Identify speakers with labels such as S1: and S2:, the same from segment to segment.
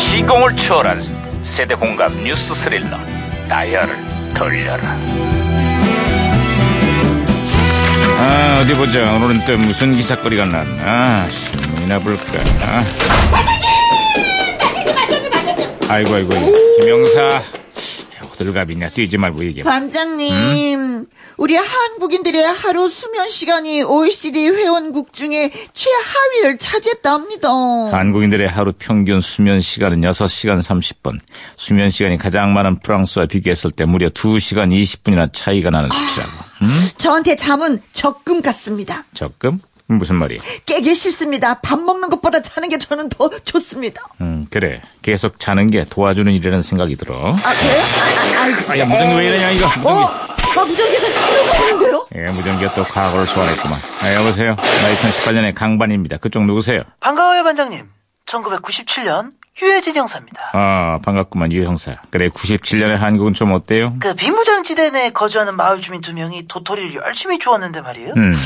S1: 시공을 초월한 세대 공감 뉴스 스릴러 다이얼을 돌려라 아 어디 보자 오늘은 또 무슨 기사거리가 났나 아, 신문이나 볼까 아이고 아이고 김영사 호들갑이냐 뛰지 말고 얘기해
S2: 반장님, 우리 한국인들의 하루 수면 시간이 OECD 회원국 중에 최하위를 차지했답니다.
S1: 한국인들의 하루 평균 수면 시간은 6시간 30분. 수면 시간이 가장 많은 프랑스와 비교했을 때 무려 2시간 20분이나 차이가 나는 수치라고. 음?
S2: 저한테 잠은 적금 같습니다.
S1: 적금? 무슨 말이야?
S2: 깨기 싫습니다. 밥 먹는 것보다 자는 게 저는 더 좋습니다.
S1: 음, 그래. 계속 자는 게 도와주는 일이라는 생각이 들어.
S2: 아, 그래요? 아, 아, 아, 진짜.
S1: 아, 야, 무전기 왜 이러냐, 이거.
S2: 어? 나 무전기에서 신호가 오는데요?
S1: 예, 무전기가 또 과거를 소환했구만. 아, 여보세요? 나 2018년의 강반입니다. 그쪽 누구세요?
S3: 반가워요, 반장님. 1997년 유해진 형사입니다.
S1: 아, 반갑구만, 유 형사. 그래, 97년의 한국은 좀 어때요?
S3: 그 비무장지대 내에 거주하는 마을 주민 두 명이 도토리를 열심히 주웠는데 말이에요.
S1: 음.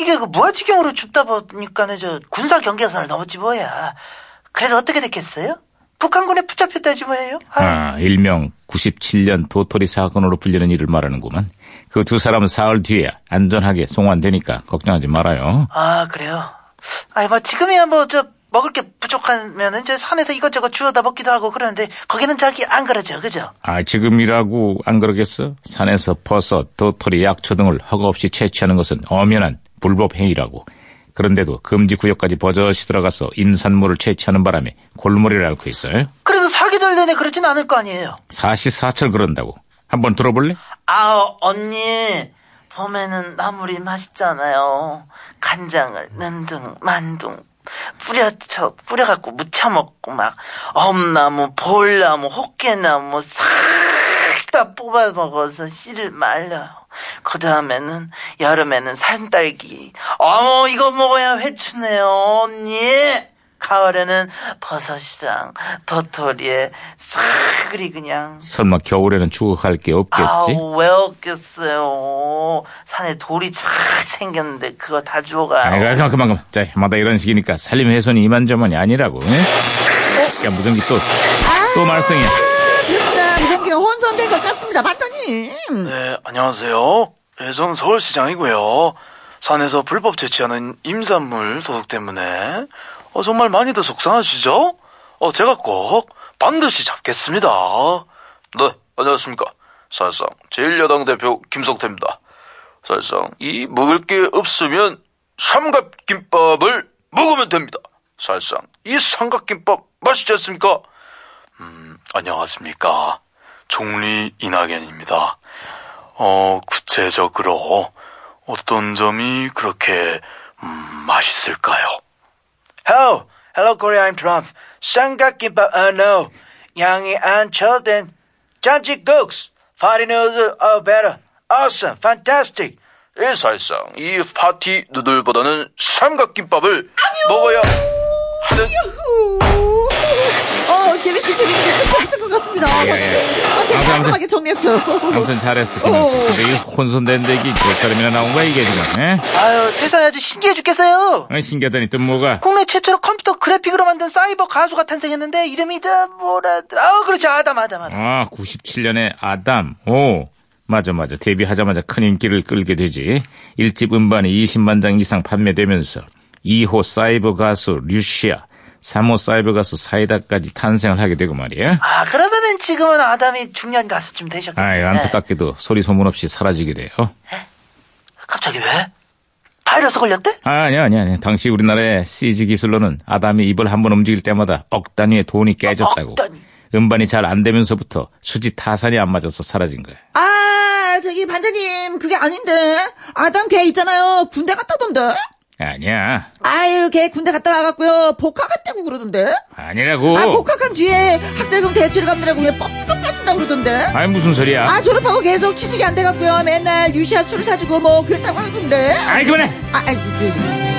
S3: 이게 그 무아지경으로 줍다 보니까는 저 군사 경계선을 넘었지 뭐야. 그래서 어떻게 됐겠어요? 북한군에 붙잡혔다지 뭐예요. 아,
S1: 아, 일명 97년 도토리 사건으로 불리는 일을 말하는구만. 그 두 사람은 사흘 뒤에 안전하게 송환되니까 걱정하지 말아요.
S3: 아, 그래요. 아니 뭐 지금이야 뭐 저 먹을 게 부족하면은 저 산에서 이것저것 주워다 먹기도 하고 그러는데 거기는 자기 안 그러죠, 그죠?
S1: 아, 지금이라고 안 그러겠어? 산에서 버섯, 도토리, 약초 등을 허가없이 채취하는 것은 엄연한 불법 행위라고. 그런데도 금지 구역까지 버젓이 들어가서 임산물을 채취하는 바람에 골머리를 앓고 있어요.
S3: 그래도 사계절 내내 그러진 않을 거 아니에요.
S1: 사시사철 그런다고. 한번 들어볼래?
S3: 아 언니 봄에는 나물이 맛있잖아요 간장을 는둥 만둥 뿌려쳐 뿌려갖고 무쳐 먹고 막 엄나무 볼나무 호깨나무 싹 다 뽑아 먹어서 씨를 말려요 그 다음에는 여름에는 산딸기 어머 이거 먹어야 회추네요 언니 가을에는 버섯이랑 도토리에 싹그리 그냥
S1: 설마 겨울에는 추억할 게 없겠지?
S3: 아우 왜 없겠어요 산에 돌이 잘 생겼는데 그거 다
S1: 아이,
S3: 주워가요
S1: 그만, 그만, 그만. 자, 마다 이런 식이니까 살림 훼손이 이만저만이 아니라고. 예? 야, 무전기 또, 또 말썽이야.
S2: 아, 그렇습니다. 무전기가 혼선된 것 같습니다. 반장님.
S4: 네, 안녕하세요. 예, 저는 서울시장이고요. 산에서 불법 채취하는 임산물 도둑 때문에 어, 정말 많이들 속상하시죠? 어, 제가 꼭 반드시 잡겠습니다. 네, 안녕하십니까. 사실상 제1여당 대표 김성태입니다. 사실상 이 먹을 게 없으면 삼각김밥을 먹으면 됩니다. 사실상 이 삼각김밥 맛있지 않습니까? 음, 안녕하십니까. 종리 이낙연입니다. 어, 구체적으로 어떤 점이 그렇게 음, 맛있을까요?
S3: Hello, hello Korea, I'm Trump 삼각김밥, oh no 양이 안 철든 잔치국수 파리 누들, oh better awesome, fantastic
S4: 예, 사실상 이 파티 누들보다는 삼각김밥을 먹어야 하는
S2: 어, 재밌게 재밌게 끝이 없을 것 같습니다.
S1: 예, 예.
S2: 아, 제가
S1: 아무튼,
S2: 깔끔하게 정리했어요.
S1: 아무튼 잘했어, 김영수. 근데 이 혼선된 데기 몇 사람이나 나온 거야, 이게 지금. 예?
S3: 아유 세상에 아주 신기해 죽겠어요
S1: 아, 신기하다니 또 뭐가.
S3: 국내 최초로 컴퓨터 그래픽으로 만든 사이버 가수가 탄생했는데 이름이 다 뭐라더라 아 그렇지 아담 아담 아담
S1: 아, 97년에 아담. 오. 맞아, 맞아. 데뷔하자마자 큰 인기를 끌게 되지. 1집 음반이 20만 장 이상 판매되면서 2호 사이버 가수 류시아, 3호 사이버 가수 사이다까지 탄생을 하게 되고 말이야.
S3: 아 그러면은 지금은 아담이 중년 가수쯤
S1: 아이,
S3: 되셨겠네
S1: 안타깝게도 소리 소문 없이 사라지게 돼요.
S3: 갑자기 왜? 바이러스 걸렸대?
S1: 아, 아니야, 아니야, 아니야. 당시 우리나라의 CG 기술로는 아담이 입을 한 번 움직일 때마다 억 단위의 돈이 깨졌다고.
S3: 억 단위.
S1: 음반이 잘 안 되면서부터 수지 타산이 안 맞아서 사라진 거야.
S2: 아, 저기 반장님, 그게 아닌데. 아담 걔 있잖아요. 군대 갔다던데.
S1: 아니야,
S2: 아유, 걔 군대 갔다 와갖고요. 복학했다고 그러던데.
S1: 아니라고.
S2: 아, 복학한 뒤에 학자금 대출 갚느라고 얘 뻑뻑 빠진다고 그러던데.
S1: 아이, 무슨 소리야.
S2: 아, 졸업하고 계속 취직이 안 돼갖고요. 맨날 유시아 술을 사주고 뭐 그랬다고 하던데.
S1: 아이, 그만해.
S2: 아, 아, 이게.